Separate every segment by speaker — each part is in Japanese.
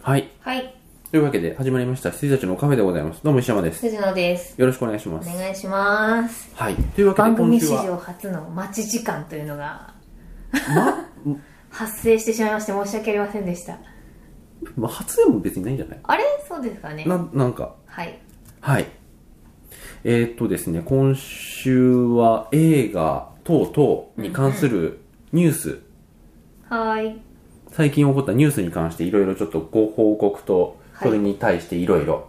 Speaker 1: はい。
Speaker 2: はい、
Speaker 1: というわけで、始まりました、羊たちのカフェでございます。どうも石山です。
Speaker 2: 藤野です。
Speaker 1: よろしくお願いしま
Speaker 2: お
Speaker 1: す。
Speaker 2: 願いします。
Speaker 1: はい。というわけで、
Speaker 2: 番組
Speaker 1: 今週
Speaker 2: 史
Speaker 1: は、
Speaker 2: 上初の待ち時間というのが
Speaker 1: ま、
Speaker 2: 発生してしまいまして申し訳ありませんでした。
Speaker 1: まあ、初でも別にないんじゃない
Speaker 2: あれそうですかね。
Speaker 1: な、なんか、
Speaker 2: はい。
Speaker 1: はい。えーっとですね、今週は映画等々に関するニュース、
Speaker 2: はーい。
Speaker 1: 最近起こったニュースに関していろいろちょっとご報告と、
Speaker 2: はい
Speaker 1: それに対していろいろ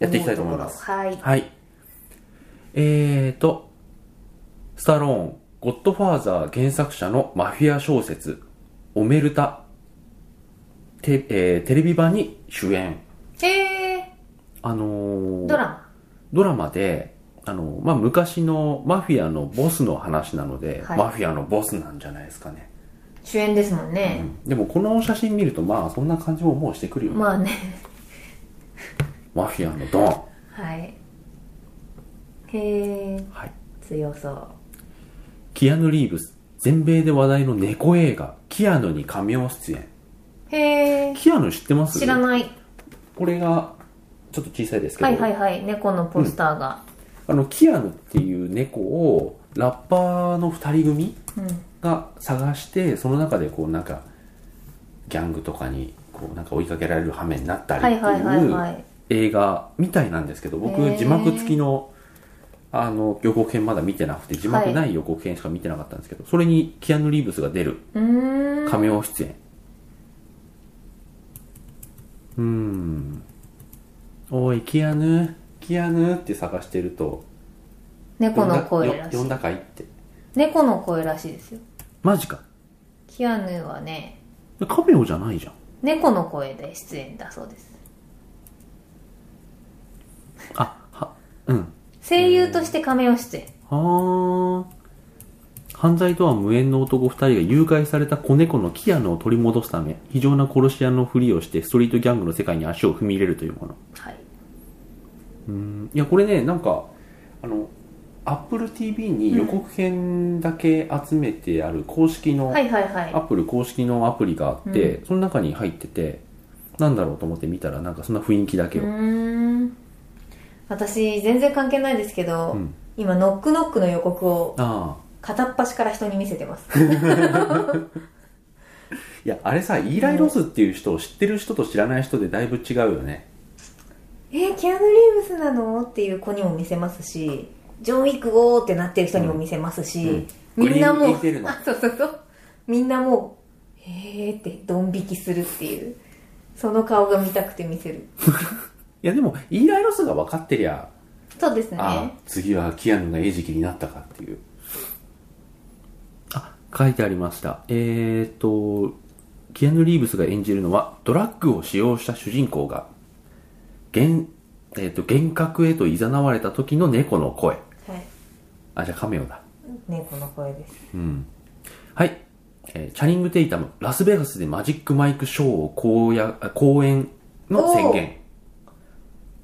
Speaker 1: やっていきたいと思います。
Speaker 2: はい。
Speaker 1: はい。えーと、スタローン、ゴッドファーザー原作者のマフィア小説、オメルタ、てえーテレビ版に主演。
Speaker 2: へえ
Speaker 1: あのー
Speaker 2: ー、ドラマ。
Speaker 1: ドラマで、あの、まあ、昔のマフィアのボスの話なので、
Speaker 2: はい
Speaker 1: マフィアのボスなんじゃないですかね。
Speaker 2: 主演ですもん
Speaker 1: う
Speaker 2: ね。
Speaker 1: んでもこの写真見ると、まあ、そんな感じももうしてくるよね。
Speaker 2: まあね。
Speaker 1: マフィアのドン。
Speaker 2: はい。へえー、
Speaker 1: はい。
Speaker 2: 強そう。
Speaker 1: キアヌ・リーブス。全米で話題の猫映画、キアヌに仮名出演。
Speaker 2: へえー、
Speaker 1: キアヌ知ってます
Speaker 2: 知らない。
Speaker 1: これが、ちょっと小さいですけど、
Speaker 2: はいはいはい。猫のポスターが。
Speaker 1: あの、キアヌっていう猫を、ラッパーの二人組
Speaker 2: うん。
Speaker 1: が探してその中でこうなんかギャングとかにこうなんか追いかけられる羽目になった
Speaker 2: は
Speaker 1: り
Speaker 2: い
Speaker 1: って
Speaker 2: はいはい
Speaker 1: い
Speaker 2: は
Speaker 1: う
Speaker 2: い。
Speaker 1: 映画みたいなんですけど僕
Speaker 2: へー
Speaker 1: 字幕付きのあの予告編まだ見てなくて字幕ない予告編しか見てなかったんですけどそれにキアヌ・リーブスが出る
Speaker 2: うーん。
Speaker 1: 仮名出演うーんおいキアヌキアヌって探してると
Speaker 2: 猫
Speaker 1: 呼ん
Speaker 2: の
Speaker 1: だ
Speaker 2: 声らし
Speaker 1: 呼ん
Speaker 2: い。
Speaker 1: だかいって
Speaker 2: 猫の声らしいですよ。
Speaker 1: マジか
Speaker 2: キアヌはね、
Speaker 1: カメオじゃないじゃん
Speaker 2: 猫の声で出演だそうです。
Speaker 1: あはうん
Speaker 2: 声優として仮面を出演。
Speaker 1: はあ。犯罪とは無縁の男2人が誘拐された子猫のキアヌを取り戻すため、非常な殺し屋のふりをしてストリートギャングの世界に足を踏み入れるというもの。
Speaker 2: はい。
Speaker 1: うんいや、これね、なんか、あの、Apple TV に予告編だけ集めてある公式の、
Speaker 2: はいはいはい。
Speaker 1: Apple 公式のアプリがあって、その中に入ってて、なんだろうと思って見たら、なんかそんな雰囲気だけ
Speaker 2: う
Speaker 1: を。
Speaker 2: ーん。私、全然関係ないですけど、
Speaker 1: うん
Speaker 2: 今、ノックノックの予告を
Speaker 1: ああ。
Speaker 2: 片っ端から人に見せてます。
Speaker 1: いや、あれさ、イーライ・ロスっていう人を知ってる人と知らない人でだいぶ違うよね。
Speaker 2: えーキアヌ・リーブスなのっていう子にも見せますし、ジョン・ウィックをーってなってる人にも見せますし、
Speaker 1: うんうん
Speaker 2: みんなも
Speaker 1: グリーンピース出る
Speaker 2: う、
Speaker 1: の
Speaker 2: あ、 そうそうそう、みんなもう、へーってドン引きするっていう、その顔が見たくて見せる。
Speaker 1: いやでも、イーライ・ロスが分かってりゃ、
Speaker 2: そうです
Speaker 1: ああ
Speaker 2: ね。
Speaker 1: 次はキアヌが餌食になったかっていう。あ、書いてありました。えーっと、キアヌ・リーブスが演じるのは、ドラッグを使用した主人公が、幻、えーっと、幻覚へと誘われた時の猫の声。
Speaker 2: はい。
Speaker 1: あ、じゃあカメオだ。
Speaker 2: 猫の声です。
Speaker 1: うん。はい。えーチャリング・テイタム、ラスベガスでマジック・マイク・ショーを公や公演の宣言。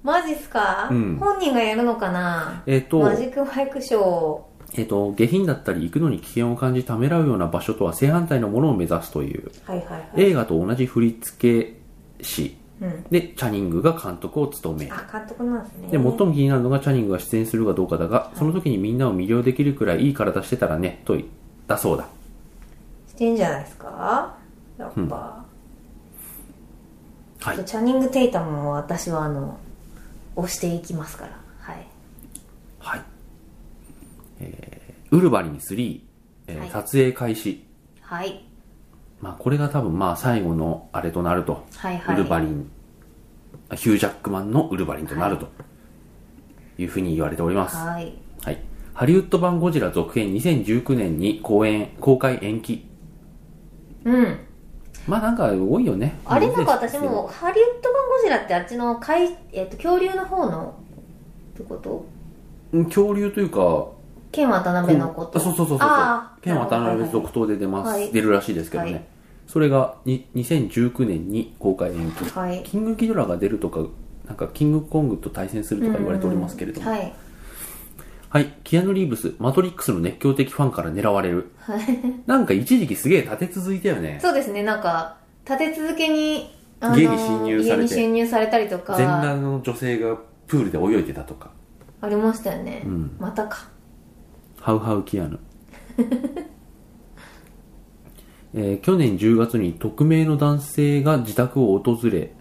Speaker 2: マジっすか、
Speaker 1: うん
Speaker 2: 本人がやるのかな
Speaker 1: えーっと、
Speaker 2: マジックマイクショー。
Speaker 1: えっと、下品だったり行くのに危険を感じためらうような場所とは正反対のものを目指すという、
Speaker 2: はいはいはい。
Speaker 1: 映画と同じ振付師
Speaker 2: うん。
Speaker 1: で、チャニングが監督を務める。
Speaker 2: あ、監督なんですね。
Speaker 1: で、最も気になるのがチャニングが出演するかどうかだが、その時にみんなを魅了できるくらいいい体してたらね、と言ったそうだ。
Speaker 2: してんじゃないですかやっぱ。
Speaker 1: はい。
Speaker 2: チャニング・テイタムも私はあの、押していきますから。はい。
Speaker 1: はい。えー、ウルヴァリン3、えー
Speaker 2: はい
Speaker 1: 撮影開始。
Speaker 2: はい。
Speaker 1: まあ、これが多分まあ最後のあれとなると。
Speaker 2: はいはい
Speaker 1: ウルヴァリン、あヒュージャックマンのウルヴァリンとなると。いうふうに言われております。
Speaker 2: はい。
Speaker 1: はい。ハリウッド版ゴジラ続編2019年に公演、公開延期。
Speaker 2: うん。
Speaker 1: まあなんか多いよね。
Speaker 2: あれなんか私も、ハリウッド版ゴジラってあっちのかい、えっと、恐竜の方の、ってこと
Speaker 1: うん。恐竜というか、
Speaker 2: 剣渡辺のこと。
Speaker 1: あそうそうそうそう
Speaker 2: あ。ー
Speaker 1: 剣渡辺続投で出ます、
Speaker 2: はい
Speaker 1: 出るらしいですけどね。
Speaker 2: はい
Speaker 1: それがに2019年に公開延期。
Speaker 2: はい。
Speaker 1: キングギドラが出るとか、なんかキングコングと対戦するとか言われておりますけれども。
Speaker 2: はい。
Speaker 1: はい。キアヌ・リーブス、マトリックスの熱狂的ファンから狙われる。
Speaker 2: はい。
Speaker 1: なんか一時期すげえ立て続いたよね。
Speaker 2: そうですね、なんか、立て続けにあの
Speaker 1: 家に侵入されて
Speaker 2: 家に侵入されたりとか
Speaker 1: 全裸の女性がプールで泳いでたとか
Speaker 2: ありましたよね、
Speaker 1: うん
Speaker 2: またか
Speaker 1: ハウハウキアヌ、 えー去年10月に匿名の男性が自宅を訪れ、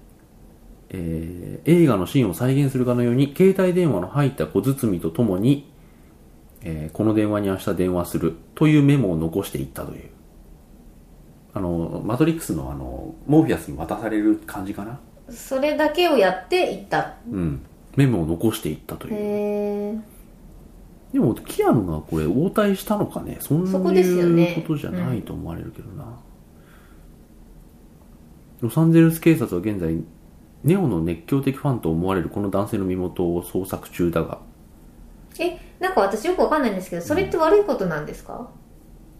Speaker 1: えー映画のシーンを再現するかのように携帯電話の入った小包とともに、えーこの電話に明日電話するというメモを残していったというあのマトリックスのあのモーフィアスに渡される感じかな
Speaker 2: それだけをやっていった
Speaker 1: うんメモを残していったと
Speaker 2: へ
Speaker 1: いう
Speaker 2: え
Speaker 1: でもキアヌがこれ応対したのかねそんな
Speaker 2: そこですよね
Speaker 1: いうことじゃないと思われるけどな、ロサンゼルス警察は現在ネオの熱狂的ファンと思われるこの男性の身元を捜索中だが
Speaker 2: えなんか私よくわかんないんですけどそれって悪いことなんですか、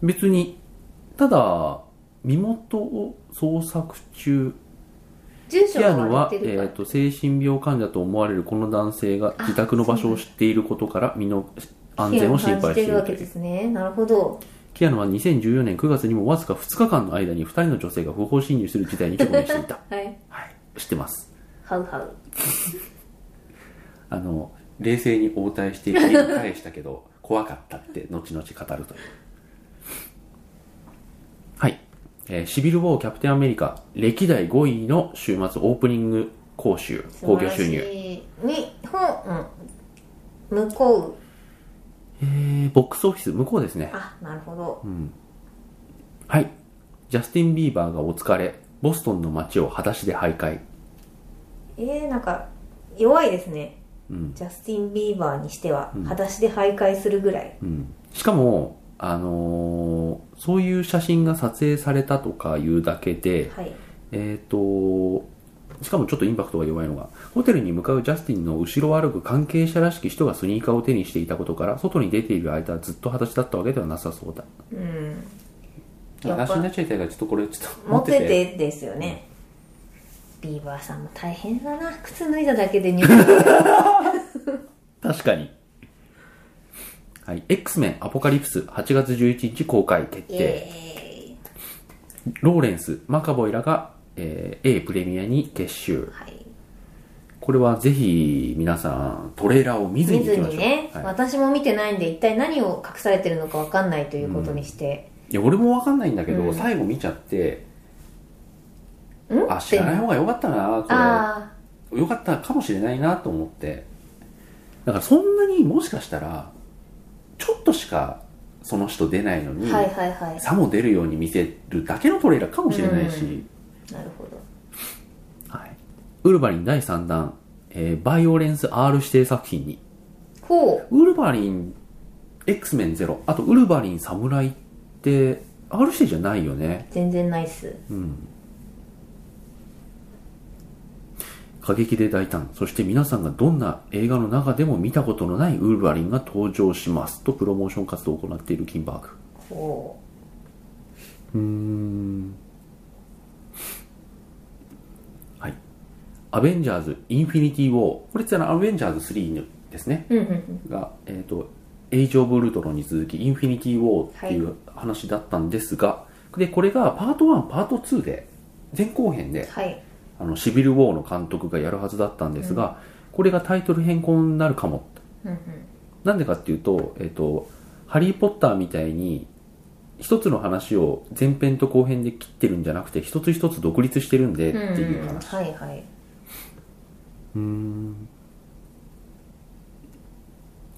Speaker 1: 別にただ身元を捜索中
Speaker 2: 住所
Speaker 1: キア
Speaker 2: が
Speaker 1: ヌ
Speaker 2: 割
Speaker 1: は、
Speaker 2: れてるか
Speaker 1: え
Speaker 2: ら
Speaker 1: ー、と精神病患者と思われるこの男性が自宅の場所を知っていることから身の安全を心配してい
Speaker 2: るわ
Speaker 1: ると
Speaker 2: け
Speaker 1: いう
Speaker 2: ですねなるほど。
Speaker 1: キアヌは2014年9月にもわずか2日間の間に2人の女性が不法侵入する事態に直面していた
Speaker 2: はい
Speaker 1: はい。知ってます。
Speaker 2: ハウハウ
Speaker 1: あの、冷静に応対して切り返したけど、怖かったって後々語るという。はい。えーシビル・ウォー・キャプテン・アメリカ、歴代5位の週末オープニング講習、興行収入。
Speaker 2: 入日本、うん、向こう
Speaker 1: えー、ボックスオフィス、向こうですね。
Speaker 2: あなるほど、
Speaker 1: はい。ジャスティン・ビーバーがお疲れ、ボストンの街を裸足で徘徊。
Speaker 2: えー、なんか弱いですね
Speaker 1: うん。
Speaker 2: ジャスティン・ビーバーにしては、裸足で徘徊するぐらい
Speaker 1: うん、しかも、あのーそういう写真が撮影されたとかいうだけで、
Speaker 2: はい
Speaker 1: えっ、と、しかもちょっとインパクトが弱いのが、ホテルに向かうジャスティンの後ろを歩く関係者らしき人がスニーカーを手にしていたことから、外に出ている間はずっと裸足だったわけではなさそうだ。
Speaker 2: うんやっぱ
Speaker 1: 裸足になっちゃいたいから、ちょっとこれ、ちょっと
Speaker 2: モテてですよね、ビーバーさんも大変だな靴脱いだだけで 入手
Speaker 1: 確かに。はい、X メンアポカリプス8月11日公開決
Speaker 2: イ
Speaker 1: 定。
Speaker 2: エ
Speaker 1: ローレンス、マカボイらが、えー A プレミアに結集
Speaker 2: ーイ、。はい、
Speaker 1: これはぜひ皆さんトレーラーを見ず
Speaker 2: 見
Speaker 1: に行
Speaker 2: ず
Speaker 1: きましょ
Speaker 2: に
Speaker 1: う、
Speaker 2: ね、
Speaker 1: は
Speaker 2: 私も見てないんで一体何を隠されてるのか分かんないということにして、
Speaker 1: い、いや俺もわかんないんだけど、
Speaker 2: うん
Speaker 1: 最後見ちゃって
Speaker 2: うん、
Speaker 1: あ知らない方が良かったな
Speaker 2: あ
Speaker 1: これ良かったかもしれないなと思ってだからそんなにもしかしたらちょっとしかその人出ないの
Speaker 2: あ
Speaker 1: に、
Speaker 2: はいはいはい
Speaker 1: さも出るように見せるだけのトレーラーかもしれないし、
Speaker 2: うなるほど
Speaker 1: はい、ウルヴァリン第3弾、えーバイオレンス R 指定作品に
Speaker 2: こ
Speaker 1: ウルヴァリン X メンゼロあとウルヴァリン侍って R 指定じゃないよね
Speaker 2: う全然ないっす
Speaker 1: 過激で大胆そして皆さんがどんな映画の中でも見たことのないウルヴァリンが登場しますとプロモーション活動を行っているキンバーグ
Speaker 2: こ
Speaker 1: はいアベンジャーズインフィニティ・ウォーこれってあのアベンジャーズ3ですね
Speaker 2: ううんうんうん
Speaker 1: が、えー、とエイジ・オブ・ウルトロンに続きインフィニティ・ウォーっていう話だったんですが、でこれがパート1パート2で前後編で
Speaker 2: はい
Speaker 1: あのシビル・ウォーの監督がやるはずだったんですが、これがタイトル変更になるかも
Speaker 2: うんうん
Speaker 1: なんでかっていうと、えっ、と、ハリー・ポッターみたいに、一つの話を前編と後編で切ってるんじゃなくて、一つ一つ独立してるんで、って
Speaker 2: うん
Speaker 1: いう
Speaker 2: うん
Speaker 1: 話。
Speaker 2: はいはい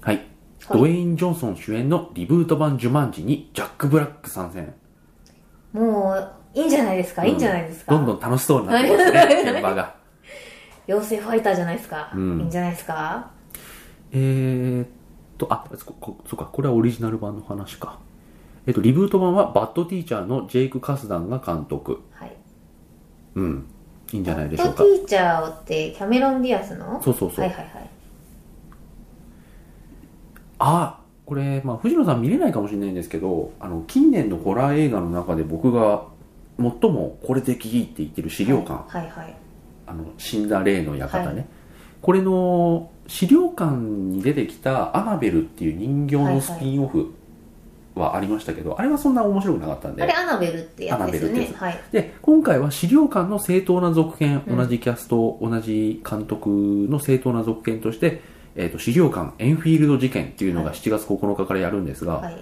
Speaker 1: はい。ドウェイン・ジョンソン主演のリブート版ジュマンジにジャック・ブラック参戦。
Speaker 2: もういいんじゃないですか、いいんじゃないですか
Speaker 1: どんどん楽しそうになってますね、現場が。
Speaker 2: 妖精ファイターじゃないですか、
Speaker 1: ん
Speaker 2: いいんじゃないですか
Speaker 1: えーっと、あ、そこそうか、これはオリジナル版の話か。えっと、リブート版はバッドティーチャーのジェイク・カスダンが監督。
Speaker 2: はい
Speaker 1: うん。いいんじゃないでしょ
Speaker 2: と
Speaker 1: う
Speaker 2: テ
Speaker 1: か。
Speaker 2: ィーチャーってキャメロン・ディアスの
Speaker 1: そうそうそう
Speaker 2: はいはいはい
Speaker 1: あこれ、まあ、藤野さん見れないかもしれないんですけどあの近年のホラー映画の中で僕が最もこれ的って言ってる資料館、
Speaker 2: はいはい
Speaker 1: あの死んだ霊の館ね、
Speaker 2: はい
Speaker 1: これの資料館に出てきたアナベルっていう人形のスピンオフはありましたけどあれはそんな面白くなかったんで
Speaker 2: あれアナベルってやつですよ
Speaker 1: アナベルって
Speaker 2: ね
Speaker 1: やつ
Speaker 2: はい
Speaker 1: で今回は資料館の正当な続編、
Speaker 2: うん
Speaker 1: 同じキャスト同じ監督の正当な続編として、えー、と資料館エンフィールド事件っていうのが
Speaker 2: はい
Speaker 1: 7月9日からやるんですが、
Speaker 2: はい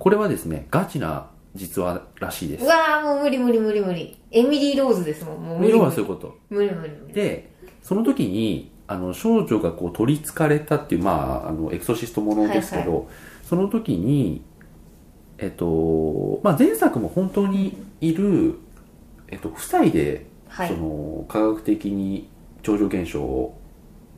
Speaker 1: これはですねガチな実話らしいで
Speaker 2: う
Speaker 1: す
Speaker 2: わーもう無理無理無理無理エミリー・ローズですもんもう無理
Speaker 1: 要は
Speaker 2: 無
Speaker 1: そう
Speaker 2: 理
Speaker 1: いうこと
Speaker 2: 無理無理無理
Speaker 1: でその時にあの少女がこう取りつかれたっていう、まあ、あのエクソシストものですけど、
Speaker 2: は
Speaker 1: その時に、えっとまあ、前作も本当にいる、えっと、夫妻で
Speaker 2: はい
Speaker 1: その科学的に超常現象を、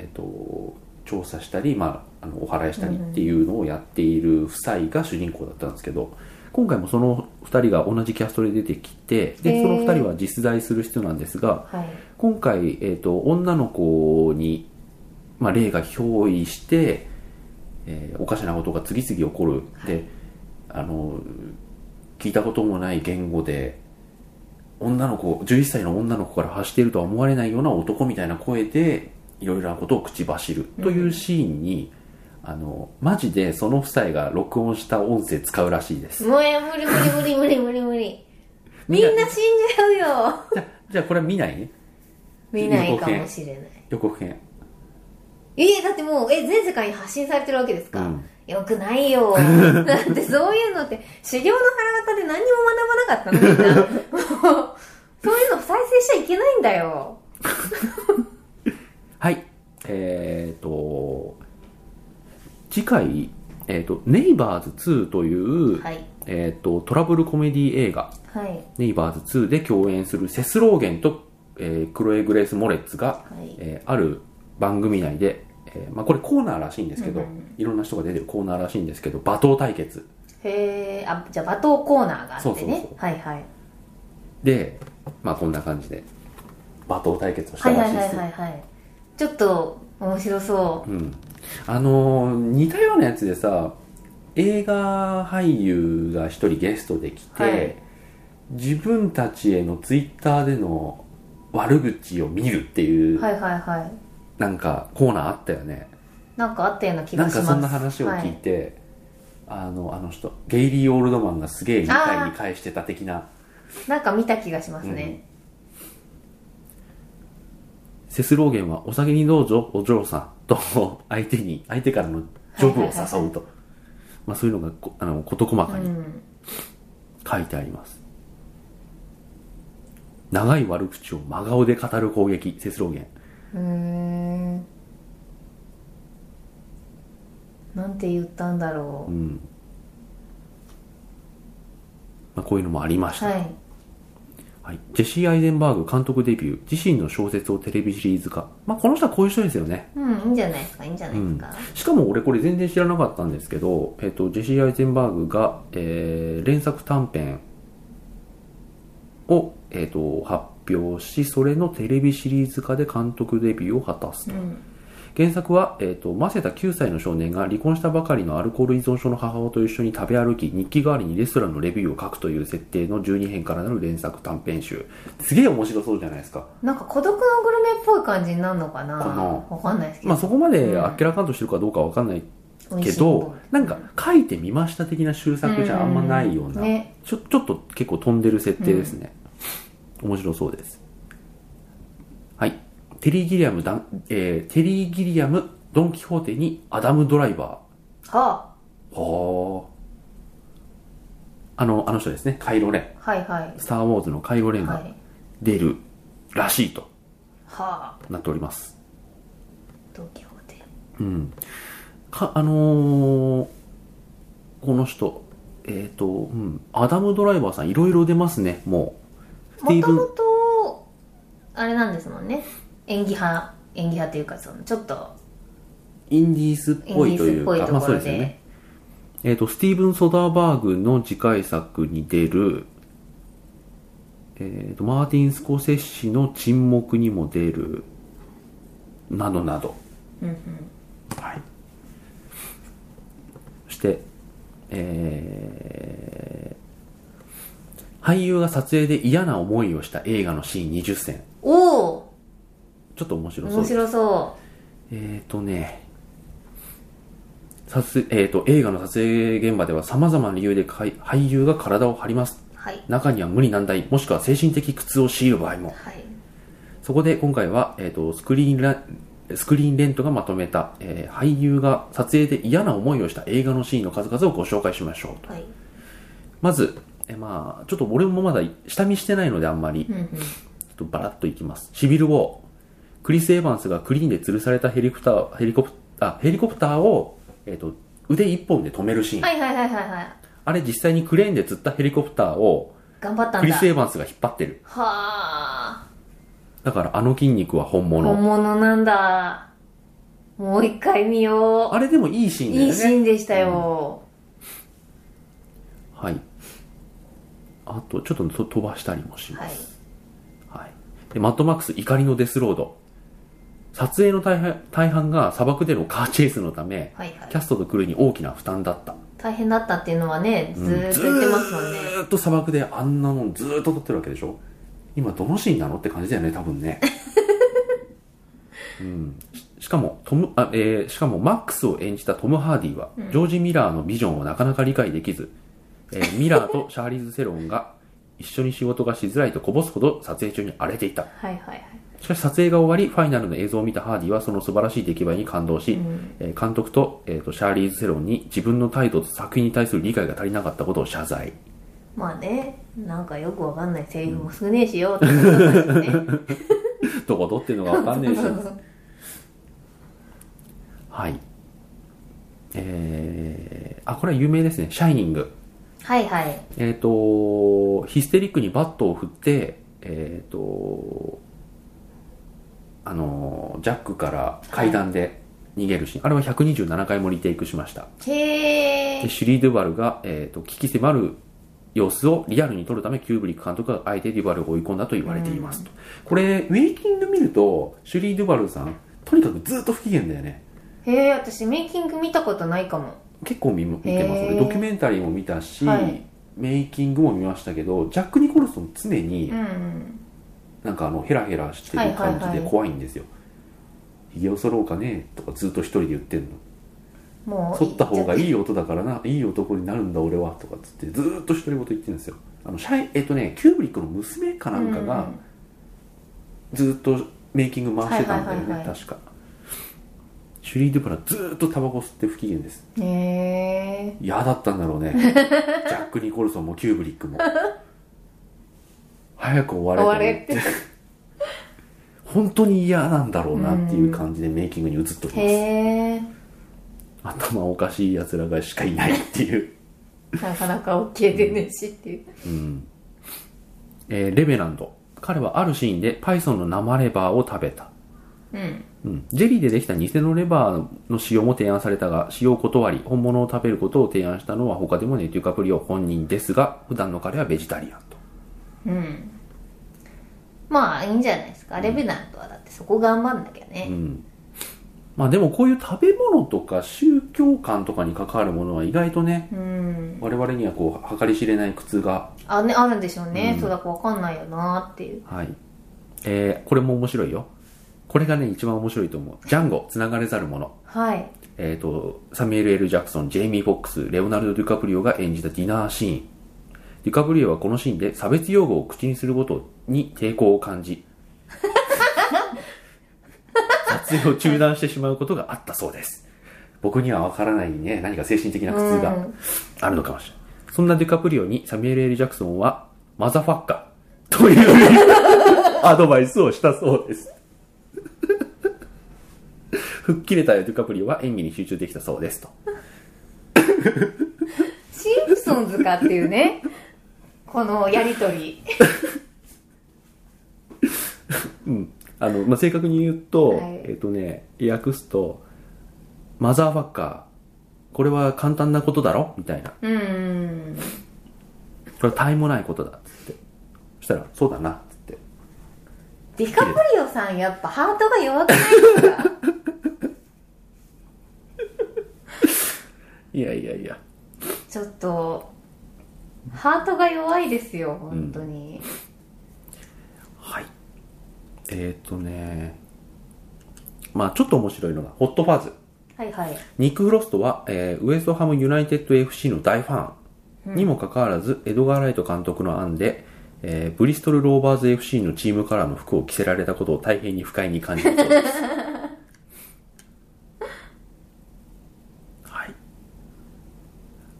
Speaker 1: えっと、調査したり、まあ、あのお祓いしたりっていうのをやっている夫妻が主人公だったんですけど今回もその2人が同じキャストで出てきて
Speaker 2: へ
Speaker 1: で
Speaker 2: ー
Speaker 1: その2人は実在する人なんですが
Speaker 2: はい
Speaker 1: 今回、えっと女の子に、まあ、霊が憑依して、えーおかしなことが次々起こる、
Speaker 2: は
Speaker 1: であの聞いたこともない言語で女の子11歳の女の子から発しているとは思われないような男みたいな声でいろいろなことを口走るというシーンに、あのマジでその夫妻が録音した音声使うらしいです
Speaker 2: もうえ無理無理無理無理無理無理みん
Speaker 1: じゃ
Speaker 2: な死んじゃうよ
Speaker 1: あじゃあこれ見ないね
Speaker 2: 見ないかもしれない
Speaker 1: 予告編
Speaker 2: えだってもうえ全世界に発信されてるわけですか、
Speaker 1: うん
Speaker 2: よくないよ だってそういうのって修行の腹渡で何にも学ばなか ったのみんなもうそういうの再生しちゃいけないんだよ
Speaker 1: はい。えっ、と、次回、えっ、と、ネイバーズ2という、
Speaker 2: はい
Speaker 1: えっ、と、トラブルコメディ映画、
Speaker 2: はい
Speaker 1: ネイバーズ2で共演するセス・ローゲンと、えークロエ・グレース・モレッツが、
Speaker 2: はい
Speaker 1: えーある番組内で、えーまあ、これコーナーらしいんですけど、
Speaker 2: うんうん
Speaker 1: いろんな人が出てるコーナーらしいんですけど、罵倒対決。
Speaker 2: へえあじゃあ罵倒コーナーがあって
Speaker 1: そ
Speaker 2: ね
Speaker 1: うそうそう
Speaker 2: はいはい
Speaker 1: で、まあこんな感じで、罵倒対決をし
Speaker 2: は
Speaker 1: た
Speaker 2: い
Speaker 1: ら
Speaker 2: は
Speaker 1: しい
Speaker 2: い
Speaker 1: で
Speaker 2: はい
Speaker 1: す。
Speaker 2: はいはいちょっと面白そう
Speaker 1: うん、あのー似たようなやつでさ映画俳優が一人ゲストで来て、
Speaker 2: はい
Speaker 1: 自分たちへのツイッターでの悪口を見るっていう、
Speaker 2: はいはいはい
Speaker 1: なんかコーナーあったよね
Speaker 2: なんかあったような気
Speaker 1: な
Speaker 2: が
Speaker 1: ん
Speaker 2: しま
Speaker 1: か
Speaker 2: す
Speaker 1: そんな話を聞いて、あのあの人ゲイリー・オールドマンがすげえ2回に返してた的な、
Speaker 2: なんか見た気がしますね、
Speaker 1: セスローゲンは「お酒にどうぞお嬢さん」と相手に相手からのジョブを誘うと、まあ、そういうのがこあの事細かに
Speaker 2: うん
Speaker 1: 書いてあります長い悪口を真顔で語る攻撃セスローゲン
Speaker 2: うーんなんて言ったんだろ
Speaker 1: う
Speaker 2: う、
Speaker 1: ん、まあ、こういうのもありました、
Speaker 2: はい
Speaker 1: はいジェシー・アイゼンバーグ監督デビュー自身の小説をテレビシリーズ化、まあ、この人はこういう人ですよね
Speaker 2: うんいいんじゃないですかいいんじゃないですか、
Speaker 1: しかも俺これ全然知らなかったんですけど、えっとジェシー・アイゼンバーグが、えー連作短編を、えっと発表しそれのテレビシリーズ化で監督デビューを果たすと、
Speaker 2: うん
Speaker 1: 原作は、えー、とマセタ9歳の少年が離婚したばかりのアルコール依存症の母親と一緒に食べ歩き日記代わりにレストランのレビューを書くという設定の12編からなる連作短編集すげえ面白そうじゃないですか、
Speaker 2: なんか孤独のグルメっぽい感じになるのかな
Speaker 1: かな
Speaker 2: わかんないですけど、
Speaker 1: まあ、そこまであっけらかんとしてるかどうかわかんない
Speaker 2: 美味
Speaker 1: け
Speaker 2: しいも
Speaker 1: ど、なんか書いてみました的な終作じゃあんまないような、
Speaker 2: うんね
Speaker 1: ちょちょっと結構飛んでる設定ですね、面白そうですはいテリー・ギリアムダン、えーテリー・ギリアムドン・キホーテにアダム・ドライバー
Speaker 2: は
Speaker 1: ほーあの、あの人ですね、カイロレン。
Speaker 2: あはいはい
Speaker 1: スター・ウォーズのカイロレン
Speaker 2: は
Speaker 1: が
Speaker 2: い
Speaker 1: 出るらしいと
Speaker 2: はあ
Speaker 1: なっております。
Speaker 2: ドン・キホーテ
Speaker 1: うん。か、あのーこの人、えっ、と、うん、アダム・ドライバーさんいろいろ出ますね、もう。スティ
Speaker 2: も
Speaker 1: ー
Speaker 2: と
Speaker 1: ブ
Speaker 2: も
Speaker 1: ン、
Speaker 2: とあれなんですもんね演技派演技派というかそのちょっと
Speaker 1: インディースっ
Speaker 2: インデ
Speaker 1: ぽ
Speaker 2: ィ
Speaker 1: い
Speaker 2: ー
Speaker 1: と
Speaker 2: ス
Speaker 1: い
Speaker 2: っ
Speaker 1: う
Speaker 2: ぽい
Speaker 1: か、
Speaker 2: と
Speaker 1: まあ
Speaker 2: こ
Speaker 1: そう
Speaker 2: ろ
Speaker 1: ですよね
Speaker 2: で。
Speaker 1: えっとスティーブン・ソダーバーグの次回作に出る、えっとマーティン・スコセッシの「沈黙」にも出るなどなど、
Speaker 2: うんうん
Speaker 1: はい、そして、えー俳優が撮影で嫌な思いをした映画のシーン20選
Speaker 2: おお
Speaker 1: ちょっと面白そう
Speaker 2: 面
Speaker 1: です
Speaker 2: 白そう
Speaker 1: えっ、ー、とね、撮影えー、と映画の撮影現場では様々な理由でかい俳優が体を張ります
Speaker 2: はい
Speaker 1: 中には無理難題もしくは精神的苦痛を強いる場合も
Speaker 2: はい
Speaker 1: そこで今回は、えー、とスクリーンラスクリーンレントがまとめた、えー俳優が撮影で嫌な思いをした映画のシーンの数々をご紹介しましょう
Speaker 2: はい
Speaker 1: まず、えーまあ、ちょっと俺もまだ下見してないのであんまり、
Speaker 2: うんうん
Speaker 1: ちょっとバラッといきます。シビル・ウォー。クリス・エヴァンスがクリーンで吊るされたヘリコプター、ヘリコプあヘリコプターを、えっと腕一本で止めるシーン。
Speaker 2: はいはいはいはいはい
Speaker 1: あれ実際にクレーンで吊ったヘリコプターを
Speaker 2: 頑張った
Speaker 1: ク
Speaker 2: ん
Speaker 1: リ
Speaker 2: だ
Speaker 1: ス・エヴァンスが引っ張ってる。
Speaker 2: はあ
Speaker 1: だからあの筋肉は本
Speaker 2: 本
Speaker 1: 物。
Speaker 2: 物なんだもう一回見よ
Speaker 1: あれでもいいシー
Speaker 2: う
Speaker 1: ンだよね。
Speaker 2: いいシーンでしたよ、
Speaker 1: はい。あと、ちょっとと飛ばしたりもします。
Speaker 2: はい
Speaker 1: はい、でマッドマックス怒りのデスロード撮影の大半大半が砂漠でのカーチェイスのため、
Speaker 2: はいはい
Speaker 1: キャストとクルーに大きな負担だった
Speaker 2: 大変だったっていうのはねずーっと言ってますもんね
Speaker 1: ず、ーっと砂漠であんなのずーっと撮ってるわけでしょ今どのシーンなのって感じだよね多分 ねうんししかもトムあ、えーしかもマックスを演じたトム・ハーディは、ジョージ・ミラーのビジョンをなかなか理解できず、えーミラーとシャーリーズ・セロンが一緒に仕事がしづらいとこぼすほど撮影中に荒れていた
Speaker 2: はいはいはい
Speaker 1: しかし撮影が終わり、ファイナルの映像を見たハーディはその素晴らしい出来栄えに感動し、えー監督と,、えーとシャーリーズ・セロンに自分の態度と作品に対する理解が足りなかったことを謝罪。
Speaker 2: まあねなんかよくわかんないセリフも少ねえしよってことなん ですね
Speaker 1: どこどっていうのがわかんねえし。はい。えー、あ、これは有名ですね。シャイニング。
Speaker 2: はいはい
Speaker 1: えっ、と、ヒステリックにバットを振って、えっ、と、あの、ジャックから階段で逃げるシーン。あれは127回もリテイクしました。
Speaker 2: へ
Speaker 1: で
Speaker 2: え
Speaker 1: シュリー・デュバルが、えー、と危機迫る様子をリアルに撮るためキューブリック監督があえてデュバルを追い込んだと言われていますと、これウェイキング見るとシュリー・デュバルさんとにかくずっと不機嫌だよね
Speaker 2: へえ私メイキング見たことないかも
Speaker 1: 結構見見てます
Speaker 2: へ
Speaker 1: 俺
Speaker 2: ー
Speaker 1: ドキュメンタリーも見たし、
Speaker 2: はい
Speaker 1: メイキングも見ましたけどジャック・ニコルソン常に
Speaker 2: うんうん
Speaker 1: なんかあのヘラヘラしてる感
Speaker 2: はいは
Speaker 1: じで
Speaker 2: いはい
Speaker 1: 怖いんですよ「ひげ、を剃ろうかね」とかずっと一人で言ってんの
Speaker 2: もう
Speaker 1: 剃った方が
Speaker 2: い
Speaker 1: いい音だからないい男になるんだ俺はとかっつってずーっと独り言言ってるんですよあのシャイえっとねキューブリックの娘かなんか
Speaker 2: う
Speaker 1: が
Speaker 2: んうん
Speaker 1: ずーっとメイキング回してたんだよね、
Speaker 2: はいはいはいはい
Speaker 1: 確かシュリー・デュプラずーっとタバコ吸って不機嫌です
Speaker 2: へえ
Speaker 1: 嫌だったんだろう ねジャック・ニコルソンもキューブリックも早く終
Speaker 2: 終
Speaker 1: わ
Speaker 2: わ
Speaker 1: れと思って
Speaker 2: れって
Speaker 1: 本当に嫌なんだろうなっていう感じでメイキングに移っておきます、
Speaker 2: へえ
Speaker 1: 頭おかしい奴らがしかいないっていう
Speaker 2: なかなか OK でねしっていう
Speaker 1: うんえーレベランド彼はあるシーンでパイソンの生レバーを食べた、
Speaker 2: うん
Speaker 1: うん、ジェリーでできた偽のレバーの使用も提案されたが使用を断り本物を食べることを提案したのは他でもネイティカプリオ本人ですが普段の彼はベジタリアンと
Speaker 2: うんまあいいんじゃないですかレベナントはだってそこ頑張んなきゃね、
Speaker 1: うんまあでもこういう食べ物とか宗教観とかに関わるものは意外とね
Speaker 2: うん、
Speaker 1: 我々にはこう計り知れない苦痛が
Speaker 2: あねあるんでしょうね、そうだかわかんないよなっていう
Speaker 1: はいえーこれも面白いよこれがね一番面白いと思うジャンゴつながれざるもの
Speaker 2: はい
Speaker 1: えー、とサミュエル・ L ・ジャクソン、ジェイミー・フォックス、レオナルド・デュカプリオが演じたディナーシーン。デュカプリオはこのシーンで差別用語を口にすることに抵抗を感 じ、撮影を中断してしまうことがあったそうです。僕にはわからないね、何か精神的な苦痛
Speaker 2: う
Speaker 1: が
Speaker 2: ん
Speaker 1: あるのかもしれない。そんなデュカプリオにサミュエル・エル・ジャクソンは、マザファッカー というアドバイスをしたそうです。吹っ切れたデュカプリオは演技に集中できたそうですと。
Speaker 2: シンプソンズかっていう ねこのやりとり
Speaker 1: うん。あの、まあ、正確に言うと、
Speaker 2: はい
Speaker 1: えっ、とね、訳すと、マザーファッカー、これは簡単なことだろみたいな。
Speaker 2: うん
Speaker 1: これは他愛もないことだ。つって。そしたら、そうだな。つって。
Speaker 2: ディカプリオさんやっぱハートが弱くないですか
Speaker 1: いやいやいや。
Speaker 2: ちょっとハートが弱いですよ本当に、
Speaker 1: はい。えっ、とね、まあちょっと面白いのが、ホットファズ。
Speaker 2: はいはい。
Speaker 1: ニック・フロストは、えーウエストハム・ユナイテッド FC の大ファンにもかかわらず、エドガー・ライト監督の案で、えーブリストル・ローバーズ FC のチームカラーの服を着せられたことを大変に不快に感じたそうです。 はい。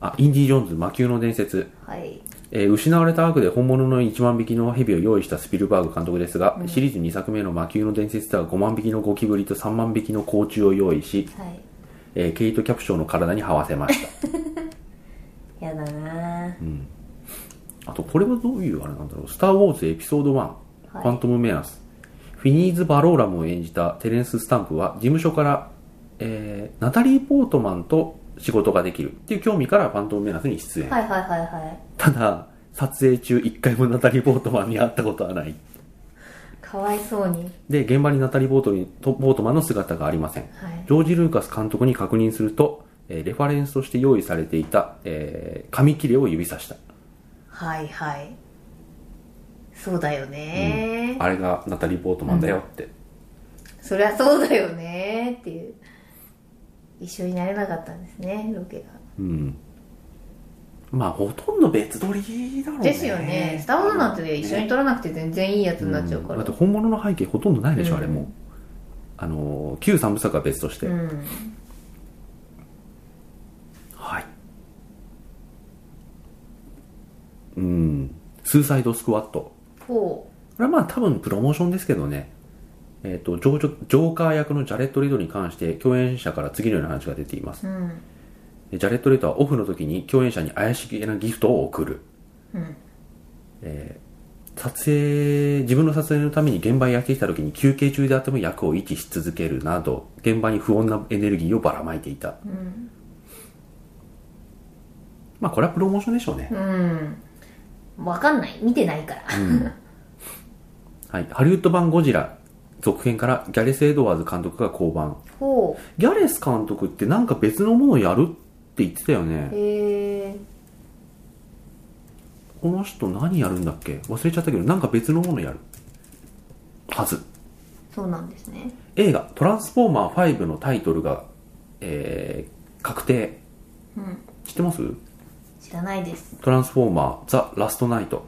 Speaker 1: あ、インディ・ジョーンズ魔球の伝説。
Speaker 2: はい。
Speaker 1: えー失われた悪で本物の1万匹の蛇を用意したスピルバーグ監督ですが、シリーズ2作目の魔球の伝説では5万匹のゴキブリと3万匹の甲虫を用意し、
Speaker 2: はい。
Speaker 1: えーケイト・キャプショーの体に這わせま した。
Speaker 2: やだなぁ。
Speaker 1: あと、これはどういうあれなんだろう。スター・ウォーズエピソード1、ファントム・メアス。フィニーズ・バローラムを演じたテレンス・スタンプは、事務所から、えーナタリー・ポートマンと仕事ができるっていう興味からファントム・メアスに出演。
Speaker 2: はいはいはいはい。
Speaker 1: ただ、撮影中一回もナタリー・ポートマンに会ったことはない。
Speaker 2: かわいそうに。
Speaker 1: で、現場にナタリー・ポートにとポートマンの姿がありません。
Speaker 2: はい。
Speaker 1: ジョージ・ルーカス監督に確認すると、えーレファレンスとして用意されていた、えー紙切れを指さした。
Speaker 2: はいはい。そうだよね、
Speaker 1: あれがナタリー・ポートマンだよって。
Speaker 2: そりゃそうだよねっていう。一緒になれなかったんですね、ロケが。
Speaker 1: うんまあほとんど別撮りだろうね
Speaker 2: ですよね。スターウォーズなんて一緒に撮らなくて全然いいやつになっちゃうから。
Speaker 1: んだって本物の背景ほとんどないでしょ、
Speaker 2: うん
Speaker 1: あれもうあのー旧三部作は別として、
Speaker 2: うん。
Speaker 1: はいうんスーサイドスクワット
Speaker 2: ほう。
Speaker 1: これはまあ多分プロモーションですけどねえっ、とジョージョジョーカー役のジャレット・リドに関して共演者から次のような話が出ています
Speaker 2: うん。
Speaker 1: ジャレット・レトはオフの時に共演者に怪しげなギフトを贈る、
Speaker 2: うん
Speaker 1: えー撮影自分の撮影のために現場へやってきた時に休憩中であっても役を維持し続けるなど現場に不穏なエネルギーをばらまいていた、
Speaker 2: ん
Speaker 1: まあこれはプロモーションでしょうね、
Speaker 2: うん。わかんない。見てないから。
Speaker 1: はい、ハリウッド版「ゴジラ」続編からギャレス・エドワーズ監督が降板
Speaker 2: ほ
Speaker 1: ギャレス監督ってなんか別のものをやるって言ってたよ
Speaker 2: う。
Speaker 1: ね
Speaker 2: へえ。
Speaker 1: この人何やるんだっけ忘れちゃったけどなんか別のものやるはず
Speaker 2: そうなんですね。
Speaker 1: 映画「トランスフォーマー5」のタイトルが、えー確定、
Speaker 2: うん
Speaker 1: 知ってます
Speaker 2: 知らないです。
Speaker 1: トランスフォーマーザ・ラストナイト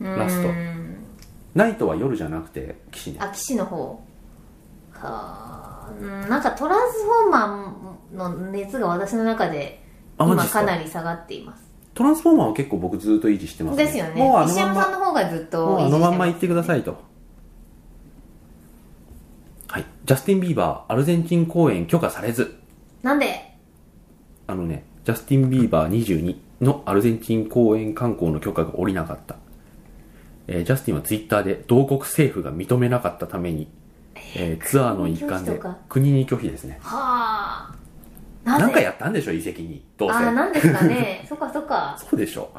Speaker 1: ラスト
Speaker 2: うーん
Speaker 1: ナイトは夜じゃなくて騎士ね
Speaker 2: あ騎士の方はあうんなんかトランスフォーマーの熱が私の中で
Speaker 1: あマジ
Speaker 2: 今
Speaker 1: っす
Speaker 2: か
Speaker 1: か
Speaker 2: なり下がっています
Speaker 1: トランスフォーマーは結構僕ずっと維持してます、
Speaker 2: ですよね
Speaker 1: もうあの
Speaker 2: 石
Speaker 1: まん
Speaker 2: 山さん
Speaker 1: ま
Speaker 2: の方がずっと
Speaker 1: もうあのまんま
Speaker 2: 維
Speaker 1: 言っ
Speaker 2: 持して
Speaker 1: てくださいとはいジャスティン・ビーバーアルゼンチン公演許可されず
Speaker 2: ますなんで
Speaker 1: あのねジャスティン・ビーバー22のアルゼンチン公演観光の許可が下りなかった、えージャスティンはツイッターで同国政府が認めなかったために、えーツアーの一環
Speaker 2: 国に拒否
Speaker 1: で
Speaker 2: とか
Speaker 1: 国に拒否ですね
Speaker 2: はあなぜ
Speaker 1: なんかやったんでしょ遺跡にどうせ
Speaker 2: ああなんですか ねそっかそっか、
Speaker 1: そうでしょ、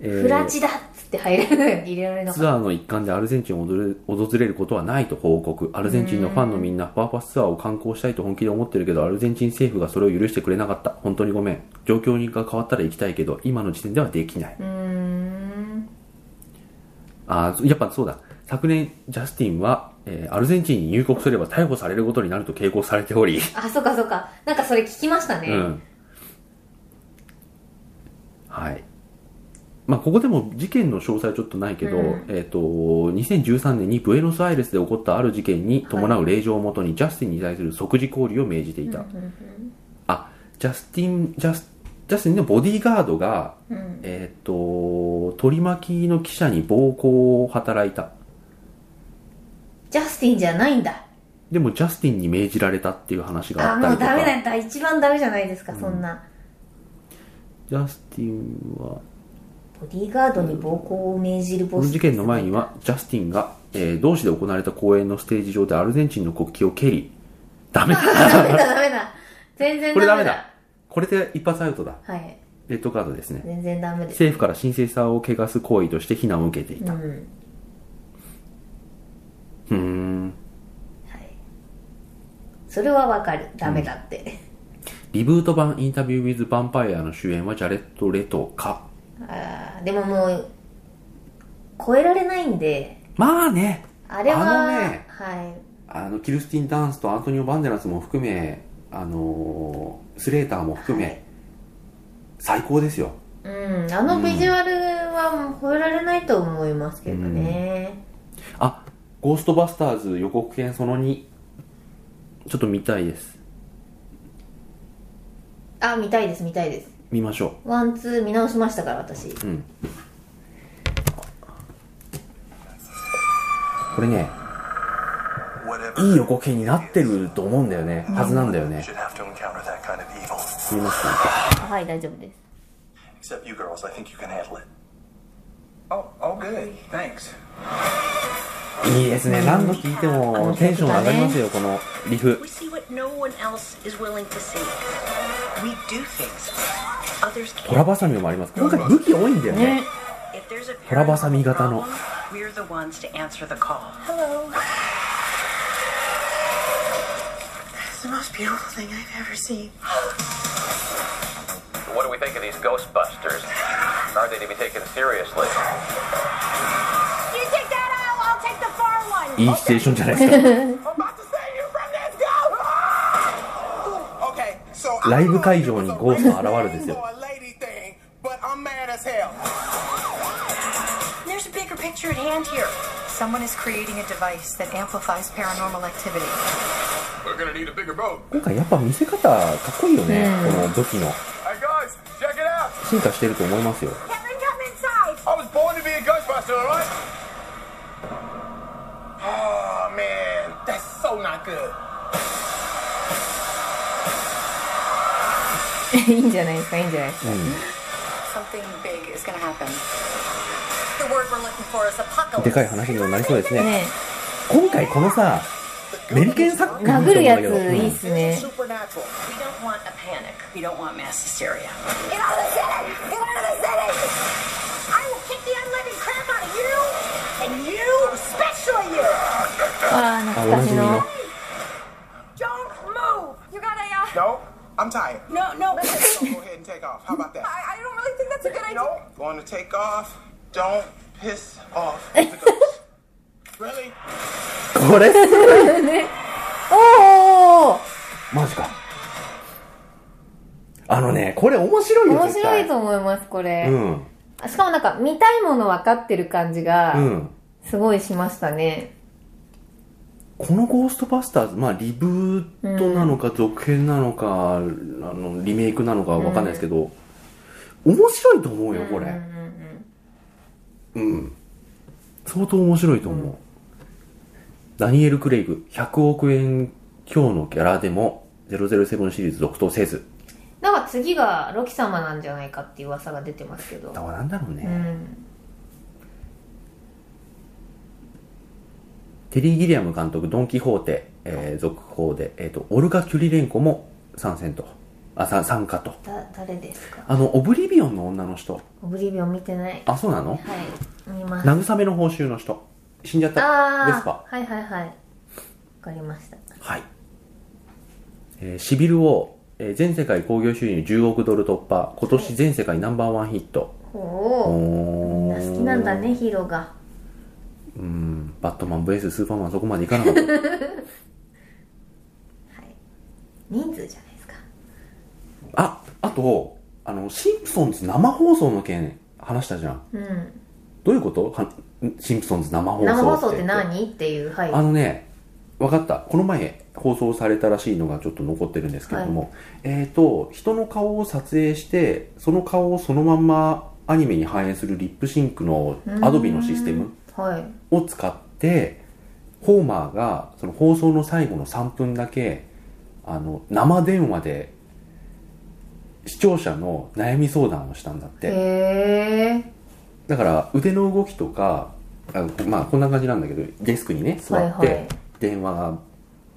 Speaker 1: えー
Speaker 2: フラチだっつって入れる入れられなかっ
Speaker 1: ツアーの一環でアルゼンチンを訪れ訪れることはないと報告アルゼンチンのファンのみんなパーパスツアーを観光したいと本気で思ってるけどアルゼンチン政府がそれを許してくれなかった本当にごめん状況が変わったら行きたいけど今の時点ではできない
Speaker 2: たうーん
Speaker 1: あーやっぱそうだ昨年ジャスティンは、えーアルゼンチンに入国すれば逮捕されることになると警告されており、
Speaker 2: あそっかそっかなんかそれ聞きましたね、
Speaker 1: うんはいまあここでも事件の詳細はちょっとないけど、
Speaker 2: うん
Speaker 1: えっ、と2013年にブエノスアイレスで起こったある事件に伴う令状をもとにジャスティンに対する即時交流を命じていた、あジャスティンジャスジャスティンのボディーガードが、
Speaker 2: うん
Speaker 1: えっ、と取り巻きの記者に暴行を働いた
Speaker 2: ジャスティンじゃないんだ
Speaker 1: でもジャスティンに命じられたっていう話が
Speaker 2: あ
Speaker 1: あった
Speaker 2: も
Speaker 1: り
Speaker 2: う
Speaker 1: とか
Speaker 2: ダメなんだ一番ダメじゃないですか、そんな
Speaker 1: ジャスティンは
Speaker 2: ボディーガードに暴行を命じるボ
Speaker 1: こ
Speaker 2: ス
Speaker 1: の事件の前にはジャスティンが、えー同市で行われた公演のステージ上でアルゼンチンの国旗を蹴りダメだ
Speaker 2: ダメだダメだ全然
Speaker 1: これ
Speaker 2: ダ
Speaker 1: ダ
Speaker 2: メ
Speaker 1: メ
Speaker 2: だ
Speaker 1: だこれで一発アウトだ
Speaker 2: はい
Speaker 1: レッドカードですね
Speaker 2: 全然ダメです
Speaker 1: 政府から神聖さを汚す行為として非難を受けていうた
Speaker 2: ん
Speaker 1: う
Speaker 2: はい
Speaker 1: ーん
Speaker 2: それはわかるダメだって、
Speaker 1: リブート版インタビュー・ウィズ・ヴァンパイアの主演はジャレット・レトか
Speaker 2: あーでももう超えられないんで
Speaker 1: まあね
Speaker 2: あれは
Speaker 1: あのね
Speaker 2: はい
Speaker 1: あのキルスティン・ダンスとアントニオ・バンデラスも含め、あのースレーターも含め、最高ですよ
Speaker 2: うん、あのビジュアルはもう超えられないと思いますけどね、
Speaker 1: あゴーストバスターズ予告編その2ちょっと見たいです
Speaker 2: あ見たいです見たいです
Speaker 1: 見ましょ
Speaker 2: ワンツー見直しましたから私
Speaker 1: ううんこれねいい予告編になってると思うんだよねはずなんだよね
Speaker 3: should have to encounter that kind of evil.
Speaker 1: 見ますか
Speaker 2: はい大丈夫です
Speaker 3: Except you girls, I think you can handle it.
Speaker 4: Oh, oh, good. Thanks.
Speaker 1: いいですね何度聴いてもテンション上がりますよこのリフ
Speaker 5: We see what no one else is willing to see. We do things others
Speaker 1: ト
Speaker 5: can't.
Speaker 1: ラバサミもあります今回武器多いんだよね
Speaker 5: If there's a
Speaker 1: トラバサミ
Speaker 5: paranormal
Speaker 1: 型の
Speaker 5: problem, we're the ones to answer the call.
Speaker 6: It's the most beautiful thing I've ever seen.
Speaker 7: What do we think of these Ghostbusters? Are they to be taken seriously?
Speaker 5: You take that aisle, I'll take the far one.
Speaker 1: いいシチュエーションじゃないです か
Speaker 4: I'm about to save you from this ghost! Okay, so
Speaker 1: ライブ会場にゴーストが現れるんですよ
Speaker 4: Or a lady thing, but I'm mad as hell.
Speaker 5: There's a bigger picture at hand here.
Speaker 6: Someone is creating a device that amplifies paranormal activity.
Speaker 4: We're gonna need a bigger boat.
Speaker 1: 今回やっぱ見せ方かっこいいよね、この武器の
Speaker 4: Hey guys, check it out!
Speaker 1: 進化してると思いますよ
Speaker 5: Kevin, come inside.
Speaker 4: I was born to be a Ghostbuster, alright? Oh man, that's so not good.
Speaker 2: いいんじゃないですかいいんじゃないですか
Speaker 6: Something big is gonna happen. The word we're looking for is apocalypse.
Speaker 1: でかい話にもなりそうですね
Speaker 2: ね
Speaker 1: 今回このさメリケンサック見たと思
Speaker 2: 殴
Speaker 1: うん
Speaker 2: るや
Speaker 1: だ
Speaker 2: つ
Speaker 1: け
Speaker 2: い
Speaker 1: ど
Speaker 2: いっすね
Speaker 4: Supernatural.
Speaker 5: We don't want a panic. We don't want mass hysteria.
Speaker 4: Get out of the city! Get out of the city!
Speaker 5: I will kick the unleavened crap out of you, and you, especially you.
Speaker 2: ああ
Speaker 1: あお
Speaker 2: 懐
Speaker 1: な
Speaker 2: か
Speaker 1: じ
Speaker 2: し
Speaker 1: みの
Speaker 2: の
Speaker 5: Don't move. You gotta, uh,
Speaker 4: No, I'm tired.
Speaker 5: no, no.
Speaker 4: So go ahead and take off. How about that?
Speaker 5: I, I don't really think that's a good idea.
Speaker 4: No, going to take off. Don't piss off the ghost. really?
Speaker 1: これ
Speaker 2: おお
Speaker 1: マジかあのねこれ面白いよ
Speaker 2: 面
Speaker 1: 絶
Speaker 2: 白
Speaker 1: 対
Speaker 2: いと思いますこれ、
Speaker 1: うん
Speaker 2: しかもなんか見たいもの分かってる感じが
Speaker 1: うん
Speaker 2: すごいしましたね、
Speaker 1: このゴーストバスターズ、まあ、リブートなのか、続編なのか、あの、リメイクなのかわかんないですけど、面白いと思うよ、これ。うん。相当面白いと思う。ダニエル・クレイグ、100億円強のキャラでも、007シリーズ続投せず。
Speaker 2: なんか次がロキ様なんじゃないかっていう噂が出てますけど
Speaker 1: だからなんだろうね。テリー・ギリアム監督、ドン・キホーテ、えー続報で、えっ、と、オルガ・キュリレンコも参戦と、あ、さ参加と。
Speaker 2: だ誰ですか
Speaker 1: あの、オブリビオンの女の人。
Speaker 2: オブリビオン見てない
Speaker 1: あ、そうなの
Speaker 2: はい見ます
Speaker 1: 慰めの報酬の人。死んじゃった。です
Speaker 2: あ
Speaker 1: か
Speaker 2: あはいはいはいわかりました
Speaker 1: はい。えーシビル王、えー全世界興行収入10億ドル突破。今年全世界ナンバーワンヒット。
Speaker 2: おおみん
Speaker 1: お
Speaker 2: な好きなんだねヒーローが
Speaker 1: うん。バットマン VS スーパーマンそこまでいかなかった。
Speaker 2: 人数じゃないですか
Speaker 1: あ、あと、あの、シンプソンズ生放送の件話したじゃん。
Speaker 2: うん
Speaker 1: どういうことはんシンプソンズ生放送
Speaker 2: 生放送って何っていうはい
Speaker 1: あのね、分かった。この前放送されたらしいのがちょっと残ってるんですけれども、えっ、と、人の顔を撮影して、その顔をそのまんまアニメに反映するリップシンクのアドビのシステム
Speaker 2: はい
Speaker 1: を使って、ホーマーがその放送の最後の3分だけ、あの、生電話で視聴者の悩み相談をしたんだって。
Speaker 2: へえ
Speaker 1: だから腕の動きとかあまあこんな感じなんだけどデスクにね座って、
Speaker 2: はいはい
Speaker 1: 電話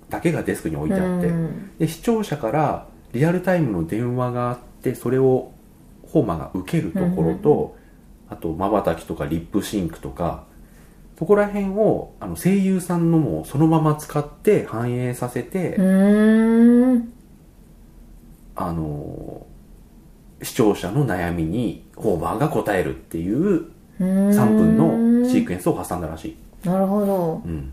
Speaker 1: だけがデスクに置いてあって、
Speaker 2: うん
Speaker 1: で視聴者からリアルタイムの電話があってそれをホーマーが受けるところと、あとまばたきとかリップシンクとかそこら辺をあの声優さんのもそのまま使って反映させて、
Speaker 2: うーん
Speaker 1: あの視聴者の悩みにホーマーが答えるっていう3分のシークエンスを挟んだらしい。
Speaker 2: なるほど
Speaker 1: うん、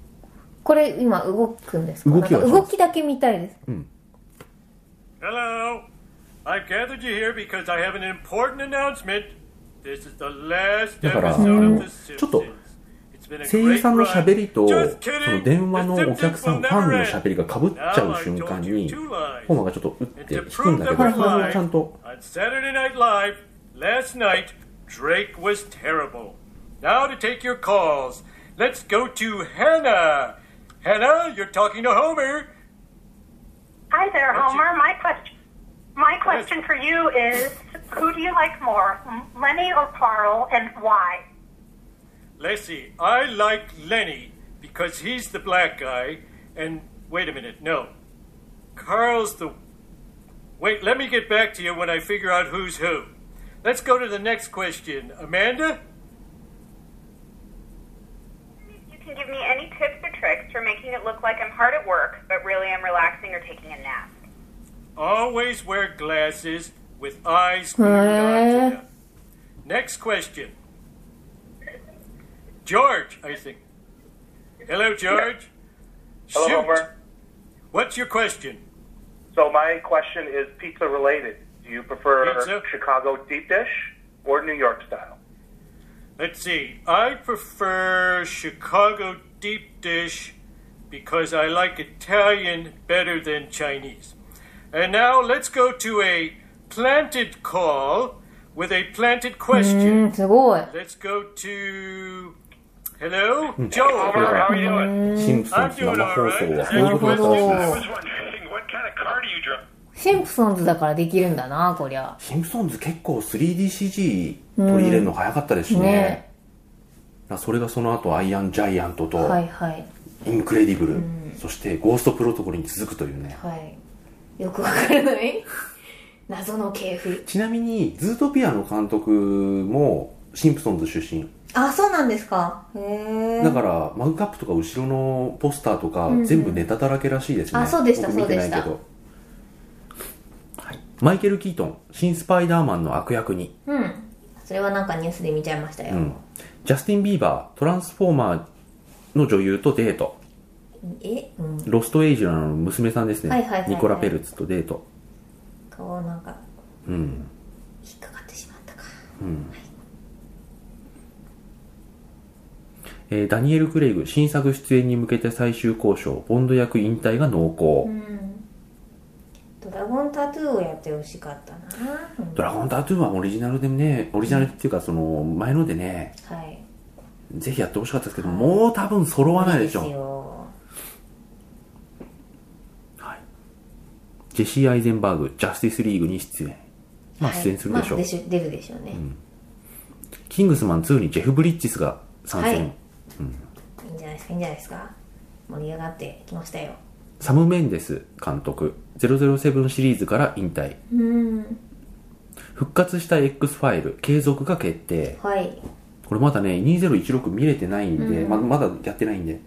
Speaker 2: これ今動くんですか
Speaker 1: 動きはします
Speaker 2: なんか動きだけ見たいです。
Speaker 8: Hello. I've gathered you here because I have an important announcement. This is the last
Speaker 1: だから、
Speaker 8: episode
Speaker 1: あの
Speaker 8: of The
Speaker 1: ちょっと
Speaker 8: Simpsons. It's been a
Speaker 1: 声優さんの喋りと、そ
Speaker 8: Just kidding.
Speaker 1: の電話のお客さん、フ
Speaker 8: The Simpsons will
Speaker 1: ァン
Speaker 8: never
Speaker 1: の
Speaker 8: end.
Speaker 1: 喋りが被っちゃう瞬間に、ホーマーがちょっと打って引
Speaker 8: And to
Speaker 1: くん
Speaker 8: prove
Speaker 1: だ
Speaker 8: that
Speaker 1: けど、
Speaker 8: we're
Speaker 1: それを
Speaker 8: live,
Speaker 1: ちゃんと、
Speaker 8: on Saturday Night Live, last night, Drake was terrible. Now to take your calls, let's go to Hannah. Hannah, you're talking to Homer.
Speaker 9: Hi there,
Speaker 8: What's
Speaker 9: Homer. My question, my question for you is, who do you like more, M- Lenny or Parle, and why?
Speaker 8: Leslie, I like Lenny because he's the black guy. And wait a minute, no. Carl's the. Wait, let me get back to you when I figure out who's who. Let's go to the next question. Amanda?
Speaker 10: You can give me any tips or tricks for making it look like I'm hard at work, but really I'm relaxing or taking a nap.
Speaker 8: Always wear glasses with eyes
Speaker 2: へ
Speaker 8: glued onto
Speaker 2: え
Speaker 8: them. Next question. George, I think. Hello, George.
Speaker 11: Hello,
Speaker 8: Shoot.
Speaker 11: Homer.
Speaker 8: What's your question?
Speaker 11: So my question is pizza related. Do you prefer
Speaker 8: Pizza?
Speaker 11: Chicago deep dish or New York style?
Speaker 8: Let's see. I prefer Chicago deep dish because I like Italian better than Chinese. And now let's go to a planted call with a
Speaker 2: う
Speaker 8: planted
Speaker 2: ー
Speaker 8: question.
Speaker 2: ん、すごい。
Speaker 8: Let's go to. Hello,
Speaker 1: だ
Speaker 8: Joe.
Speaker 1: から、
Speaker 8: doing?
Speaker 1: シンプソンズ生放送はこういうことだったんです。
Speaker 2: シンプソンズだからできるんだな、こりゃ。
Speaker 1: シンプソンズ結構 3DCG 取り入れるの早かったですしね。
Speaker 2: ね
Speaker 1: だからそれがその後、アイアンジャイアントと、
Speaker 2: はいはい。
Speaker 1: インクレディブル、そしてゴーストプロトコルに続くというね。
Speaker 2: はい。よくわからない 謎の系譜。
Speaker 1: ちなみに、ズートピアの監督も、シンプソンズ出身。
Speaker 2: あ、そうなんですか。へえ。
Speaker 1: だから、マグカップとか後ろのポスターとか、
Speaker 2: うんうん
Speaker 1: 全部ネタだらけらしいですね。
Speaker 2: あそうでした
Speaker 1: 僕見てないけど
Speaker 2: そうで
Speaker 1: はいマイケル・キートン、新スパイダーマンの悪役に、
Speaker 2: うん。それはなんかニュースで見ちゃいましたよ。
Speaker 1: うんジャスティン・ビーバー、トランスフォーマーの女優とデート、
Speaker 2: え、うん。
Speaker 1: ロスト・エイジラの娘さんですね、
Speaker 2: はいはいはいはい
Speaker 1: ニコラ・ペルツとデート。
Speaker 2: 顔なんか
Speaker 1: うん。
Speaker 2: 引っかかってしまったか。
Speaker 1: うんえーダニエル・クレイグ新作出演に向けて最終交渉ボンド役引退が濃厚、
Speaker 2: うん。ドラゴンタトゥーをやってほしかったな。うん
Speaker 1: ドラゴンタトゥーはオリジナルでねオリジナルっていうかその前のでね
Speaker 2: はい。
Speaker 1: ぜひやってほしかったですけどもう多分揃わないでし
Speaker 2: いい
Speaker 1: ょ
Speaker 2: よ
Speaker 1: ジェシー・アイゼンバーグジャスティスリーグに出演まあ
Speaker 2: はい
Speaker 1: 出演するでしょう、
Speaker 2: まあ出出るでしょうね。
Speaker 1: キングスマン2にジェフ・ブリッジスが参戦、
Speaker 2: はいいいんじゃないですか、いいんじゃないですか。盛り上がってきましたよ。
Speaker 1: サム・メンデス監督007シリーズから引退
Speaker 2: うん。
Speaker 1: 復活した X ファイル継続が決定
Speaker 2: はい。
Speaker 1: これまだね、2016見れてないんで、
Speaker 2: うん
Speaker 1: ままだやってないんで、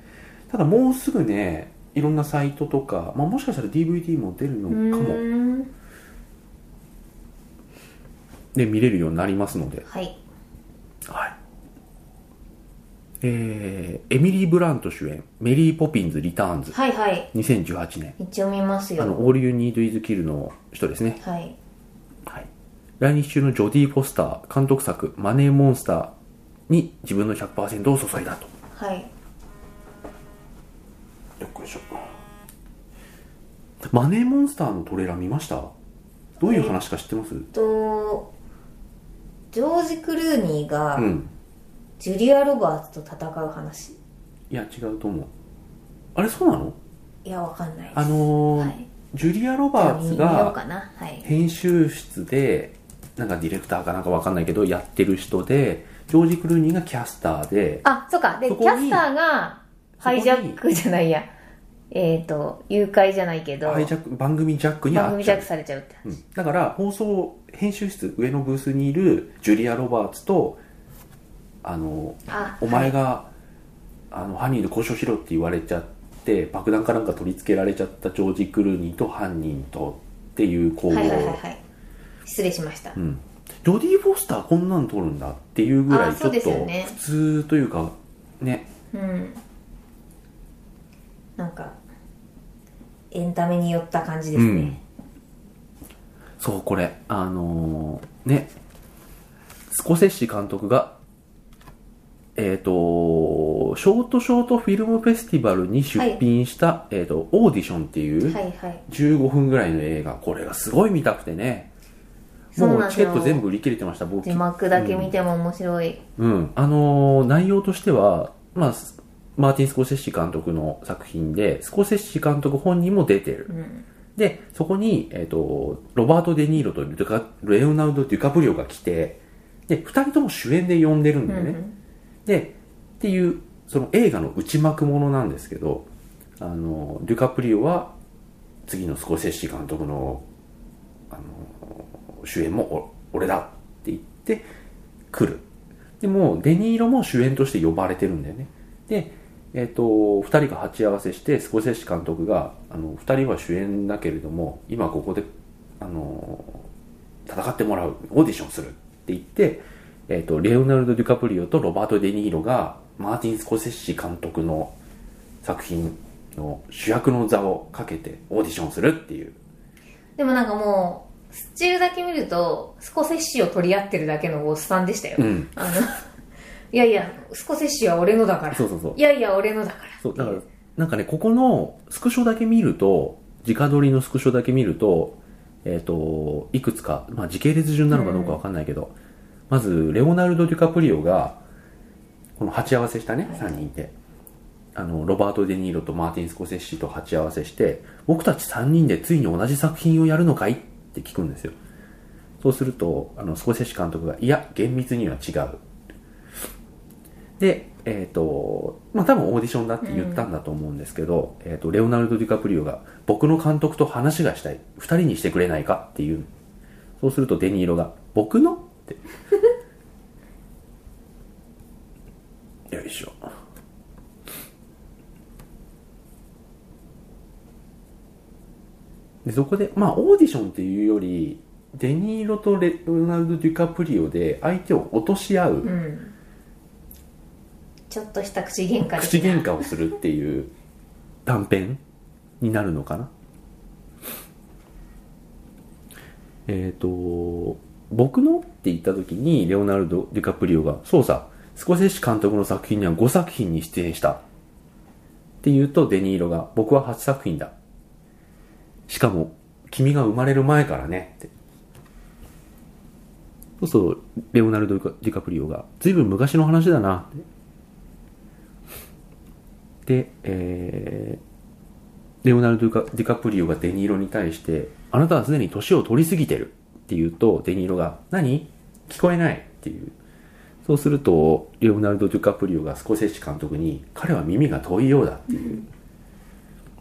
Speaker 1: ただもうすぐね、いろんなサイトとか、まあ、もしかしたら DVD も出るの
Speaker 2: う
Speaker 1: かも、
Speaker 2: ーん。
Speaker 1: で見れるようになりますので、
Speaker 2: はい。
Speaker 1: はいえー、エミリー・ブラント主演、メリー・ポピンズ・リターンズ、
Speaker 2: はいはい。
Speaker 1: 2018年、
Speaker 2: 一応見ます
Speaker 1: あの、
Speaker 2: よ。
Speaker 1: All You Need Is Kill の人ですね、
Speaker 2: はい。
Speaker 1: はい、来日中のジョディ・フォスター、監督作、マネー・モンスターに自分の100%を注いだと。
Speaker 2: はい。
Speaker 1: よっこいしょマネーモンスターのトレーラー見ましたどういう話か知ってます
Speaker 2: と、ジョージ・クルーニーが
Speaker 1: うん
Speaker 2: ジュリア・ロバーツと戦う話。
Speaker 1: いや違うと思うあれそうなの
Speaker 2: いや、わかんないです。
Speaker 1: あのー
Speaker 2: はい
Speaker 1: ジュリア・ロ
Speaker 2: じゃ
Speaker 1: バ
Speaker 2: あ
Speaker 1: ーツ
Speaker 2: 見見ようか
Speaker 1: が
Speaker 2: な。はい。
Speaker 1: 編集室でなんかディレクターかなんかわかんないけどやってる人でジョージ・クルーニーがキャスターで
Speaker 2: あ、そうか。で、キ
Speaker 1: そこに
Speaker 2: ャスターがハイジャックじゃないや。えっ、ー、と、誘拐じゃないけど、
Speaker 1: ハイジャック番組ジャックに
Speaker 2: 番
Speaker 1: 会っ
Speaker 2: 組
Speaker 1: ち
Speaker 2: ジャ
Speaker 1: ゃ
Speaker 2: ッ
Speaker 1: う
Speaker 2: クされちゃうって話。
Speaker 1: うんだから放送編集室上のブースにいるジュリア・ロバーツとあの
Speaker 2: あ、
Speaker 1: お前が、あの犯人と交渉しろって言われちゃって爆弾かなんか取り付けられちゃったジョージ・クルーニーと犯人とっていう行動、
Speaker 2: はいはいはいはい。失礼しました。
Speaker 1: うん、ジョディ・フォスターこんなの撮るんだっていうぐら
Speaker 2: あ
Speaker 1: いちょ
Speaker 2: そう
Speaker 1: っ
Speaker 2: ですよ
Speaker 1: と
Speaker 2: ね
Speaker 1: 普通というかね
Speaker 2: うん。なんかエンタメに寄った感じですね、
Speaker 1: そう、これ、あのーね、スコセッシ監督が、えっ、と、ショートショートフィルムフェスティバルに出品した、えっ、と、オーディションっていう、
Speaker 2: はいはい
Speaker 1: 15分ぐらいの映画、これがすごい見たくてね、
Speaker 2: そう
Speaker 1: も
Speaker 2: な
Speaker 1: う
Speaker 2: の
Speaker 1: チケット全部売り切れてました、僕。
Speaker 2: 字幕だけ見ても面白い、
Speaker 1: うん、あのー内容としては、まあ、スマーティン・スコセッシ監督の作品で、スコセッシ監督本人も出てる。
Speaker 2: うん
Speaker 1: で、そこに、えっ、と、ロバート・デ・ニーロとルカレオナルド・デュカプリオが来て、で、二人とも主演で呼んでるんだよね。で、っていう、その映画の内幕ものなんですけど、あの、デュカプリオは、次のスコセッシ監督の、あの、主演もお俺だって言って、来る。でも、デ・ニーロも主演として呼ばれてるんだよね。で、えっ、と、2人が鉢合わせして、スコセッシ監督が、あの、2人は主演だけれども、今ここで、あの、戦ってもらう、オーディションするって言って、えっ、と、レオナルド・デュカプリオとロバート・デ・ニーロが、マーティン・スコセッシ監督の作品の主役の座をかけてオーディションするっていう。
Speaker 2: でもなんかもうスチールだけ見るとスコセッシを取り合ってるだけのおっさんでしたよ、
Speaker 1: うん。
Speaker 2: あのいやいやスコセッシは俺のだから
Speaker 1: そうそうそう
Speaker 2: いやいや俺のだから
Speaker 1: そう、だから、なんかね、ここのスクショだけ見ると、直撮りのスクショだけ見ると、えっ、と、いくつか、まあ時系列順なのかどうかわかんないけど、まず、レオナルド・デュカプリオが、この鉢合わせしたね、3人で。あの、ロバート・デ・ニーロとマーティン・スコセッシと鉢合わせして、僕たち3人でついに同じ作品をやるのかいって聞くんですよ。そうすると、あの、スコセッシ監督が、いや、厳密には違う。で、えっ、と、まあ、多分オーディションだって言ったんだと思うんですけど、えっ、と、レオナルド・ディカプリオが、僕の監督と話がしたい。二人にしてくれないかっていう。そうするとデニーロが、僕のって。 よいしょ。で、そこで、まあ、オーディションっていうより、デニーロとレオナルド・ディカプリオで相手を落とし合う。
Speaker 2: うんちょっとした口喧嘩です
Speaker 1: 口喧嘩をするっていう短編になるのかなえっ、と僕のって言った時にレオナルド・ディカプリオが「そうさスコセッシ監督の作品には5作品に出演した」って言うとデニーロが「僕は8作品だ」しかも君が生まれる前からねってそうそうレオナルド・ディカプリオが「随分昔の話だな」ってで、えーレオナルドディカ・ディカプリオがデニーロに対して、あなたはすでに年を取りすぎてるって言うと、デニーロが、何聞こえないっていう。そうすると、レオナルド・ディカプリオがスコセッシ監督に、彼は耳が遠いようだっていう。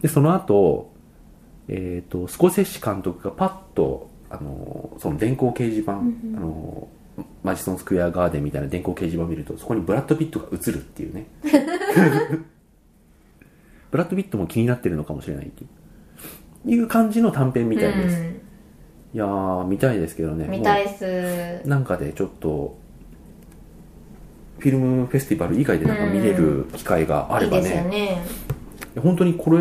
Speaker 1: で、その後、えっ、と、スコセッシ監督がパッと、あのーその電光掲示板、
Speaker 12: うんうん
Speaker 1: あのーマジソンスクエアガーデンみたいな電光掲示板を見ると、そこにブラッド・ピットが映るっ ていうね。ブラッド・ピットも気になってるのかもしれないっていういう感じの短編みたいです。いやー、見たいですけどね。
Speaker 2: うん、見たい
Speaker 1: も
Speaker 2: っす
Speaker 1: うなんかでちょっと、フィルムフェスティバル以外でなんか見れる機会があれば
Speaker 2: いいですよ
Speaker 1: ね。
Speaker 2: ね
Speaker 1: 本当にこれ、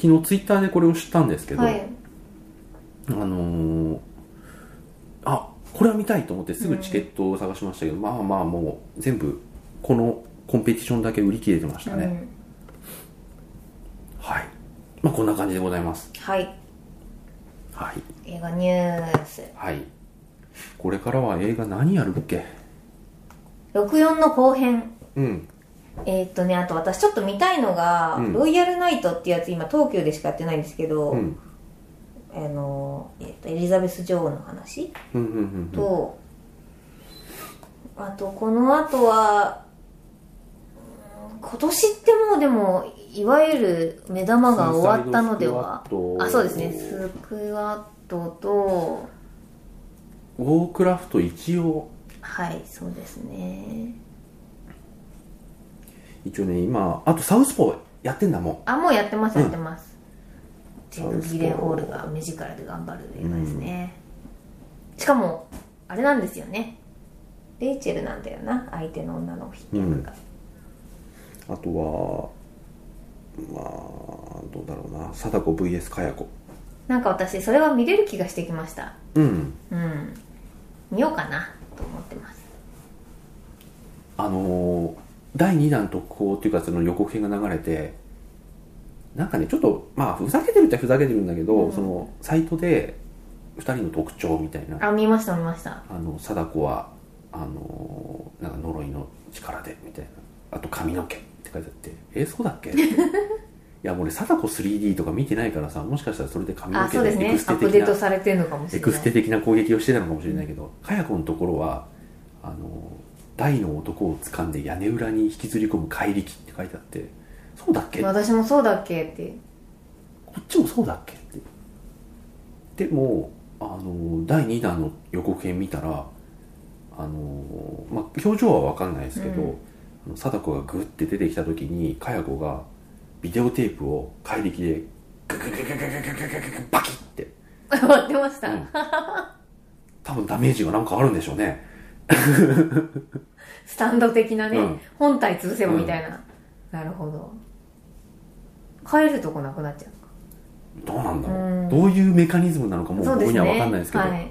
Speaker 1: 昨日ツイッターでこれを知ったんですけど、
Speaker 2: はい
Speaker 1: あのーあこれは見たいと思ってすぐチケットを探しましたけど、まあまあもう全部このコンペティションだけ売り切れてましたね、はいまあこんな感じでございます
Speaker 2: はい
Speaker 1: はい
Speaker 2: 映画ニュース
Speaker 1: はいこれからは映画何やるっけ
Speaker 2: 64の後編
Speaker 1: うん
Speaker 2: えーっとねあと私ちょっと見たいのが、
Speaker 1: うん
Speaker 2: ロイヤルナイトっていうやつ今東急でしかやってないんですけど、
Speaker 1: うん
Speaker 2: あのえーっとエリザベス女王の話
Speaker 1: うんうんうんうん
Speaker 2: と、あとこの後はうん今年ってもうでもいわゆる目玉が終わったのでは
Speaker 1: スーサイドスクワット
Speaker 2: あそうですねスクワットと
Speaker 1: ウォークラフト一応
Speaker 2: はいそうですね
Speaker 1: 一応ね今あとサウスポーやってんだも
Speaker 2: あもうやってます
Speaker 1: うん
Speaker 2: やってます、ジェフ・ギレンホールが目力で頑張る映画ですね、しかもあれなんですよねレイチェルなんだよな相手の女の
Speaker 1: んうんあとはまああ貞子 VS かや子
Speaker 2: なんか私それは見れる気がしてきました
Speaker 1: うん
Speaker 2: うん見ようかなと思ってます
Speaker 1: あのー第2弾特報っていうかその予告編が流れてなんかねちょっとまあふざけてるっちゃふざけてるんだけど、そのサイトで2人の特徴みたいな
Speaker 2: あ見ました見ました
Speaker 1: あの貞子はあのーなんか呪いの力でみたいなあと髪の毛って書いてあってえそう だっけいやもう俺貞子 3D とか見てないからさもしかしたらそれで髪の
Speaker 2: あ
Speaker 1: 毛
Speaker 2: そうです
Speaker 1: エ
Speaker 2: ね
Speaker 1: クステ
Speaker 2: アッ
Speaker 1: 的
Speaker 2: プデー
Speaker 1: な
Speaker 2: トされてるのかもし
Speaker 1: エ
Speaker 2: れ
Speaker 1: ク
Speaker 2: な
Speaker 1: ス
Speaker 2: い
Speaker 1: テ的な攻撃をしてたのかもしれないけど、かや子のところはあの大の男を掴んで屋根裏に引きずり込む怪力って書いてあってそうだっけこ
Speaker 2: 私もそうだっけって
Speaker 1: っちもそうだっけってでもあの第2弾の予告編見たらあの、まあ、表情は分かんないですけど、
Speaker 2: うん
Speaker 1: あの貞子がグッて出てきた時にかや子がビデオテープを怪力でググググググググググバキッ
Speaker 2: 終わってました、
Speaker 1: 多分ダメージがなんかあるんでしょうね
Speaker 2: スタンド的なね、
Speaker 1: うん
Speaker 2: 本体潰せばみたいな、なるほど帰るとこなくなっちゃう
Speaker 1: どうなんだろう、
Speaker 2: うん
Speaker 1: どういうメカニズムなのかもう
Speaker 2: そう
Speaker 1: こ
Speaker 2: で
Speaker 1: こ
Speaker 2: す
Speaker 1: に
Speaker 2: ね
Speaker 1: は分かんないですけど
Speaker 2: はい、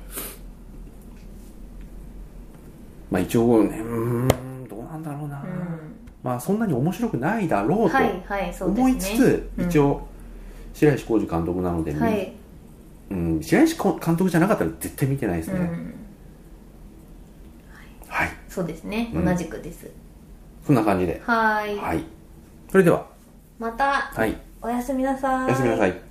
Speaker 1: まあ一応ねうーんどうなんだろうな、まあそんなに面白くないだろうと
Speaker 2: はいはいそうですね
Speaker 1: 思いつつ、
Speaker 2: うん
Speaker 1: 一応白石浩二監督なので、
Speaker 2: はい、
Speaker 1: うん、白石浩監督じゃなかったら絶対見てないです
Speaker 2: う
Speaker 1: ね、
Speaker 2: んはい、そうですね、
Speaker 1: うん
Speaker 2: 同じくです
Speaker 1: そんな感じで
Speaker 2: はーい
Speaker 1: はいそれでは
Speaker 2: また
Speaker 1: はい
Speaker 2: おやすみなさーい
Speaker 1: おやすみなさい